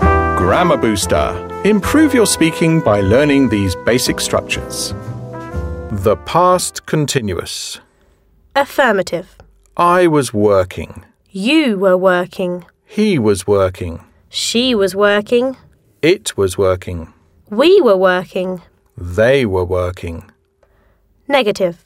Grammar Booster. Improve your speaking by learning these basic structures. The past continuous. Affirmative. I was working. You were working. He was working. She was working. It was working. We were working. They were working. Negative.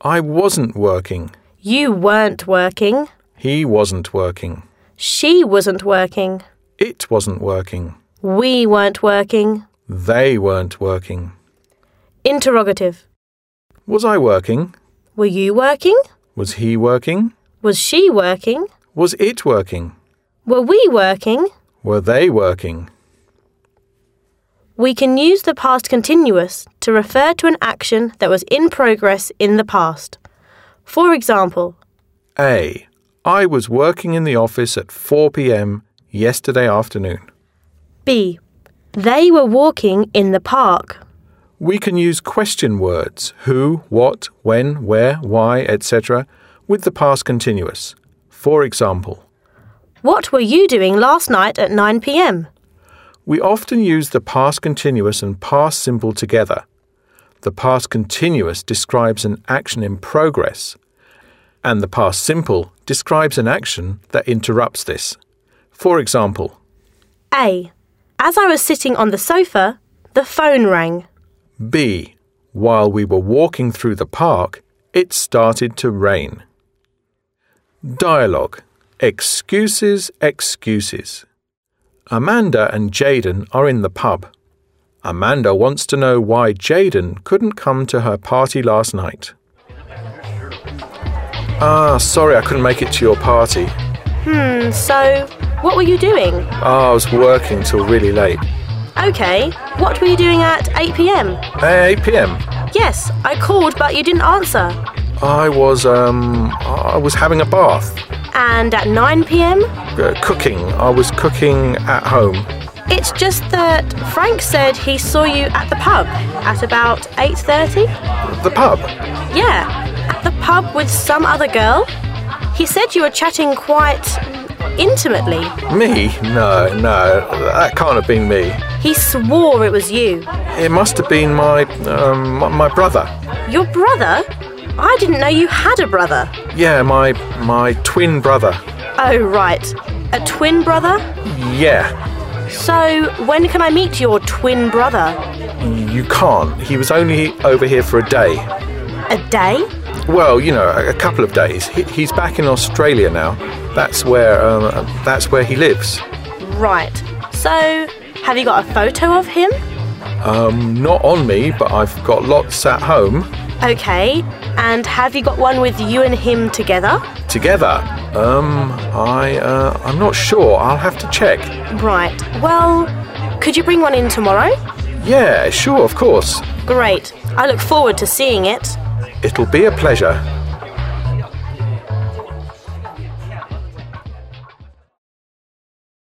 I wasn't working. You weren't working. He wasn't working. She wasn't working. It wasn't working. We weren't working. They weren't working. Interrogative. Was I working? Were you working? Was he working? Was she working? Was it working? Were we working? Were they working? We can use the past continuous to refer to an action that was in progress in the past. For example, A. I was working in the office at 4 p.m. yesterday afternoon. B. They were walking in the park. We can use question words who, what, when, where, why, etc. with the past continuous. For example, What were you doing last night at 9 pm? we often use the past continuous and past simple together. The past continuous describes an action in progress, and the past simple describes an action that interrupts this. For example, A. As I was sitting on the sofa, the phone rang. B. While we were walking through the park, it started to rain. Dialogue Excuses, excuses. Amanda and Jaden are in the pub. Amanda wants to know why Jaden couldn't come to her party last night. Ah, sorry, I couldn't make it to your party. Hmm, so what were you doing? Ah, I was working till really late. Okay, what were you doing at 8 pm? Hey, 8 pm. Yes, I called but you didn't answer. I was, um, I was having a bath. And at 9 pm? uh, cooking. I was cooking at home. It's just that Frank said he saw you at the pub at about 8:30. The pub. Yeah, at the pub with some other girl. He said you were chatting quite intimately. Me? No, no, that can't have been me. He swore it was you. It must have been my um, my- my brother. Your brother? I didn't know you had a brother. Yeah, my my twin brother. Oh, right. A twin brother? Yeah, So, when can I meet your twin brother? you can't. He was only over here for a day. A day? Well, you know, a, a couple of days. He, he's back in Australia now. That's where um, that's where he lives. Right. So, have you got a photo of him? Um, not on me, but I've got lots at home Okay. And have you got one with you and him together? together. Um, I uh, I'm not sure. I'll have to check. Right. Well, could you bring one in tomorrow? Yeah, sure, of course. Great. I look forward to seeing it. It'll be a pleasure.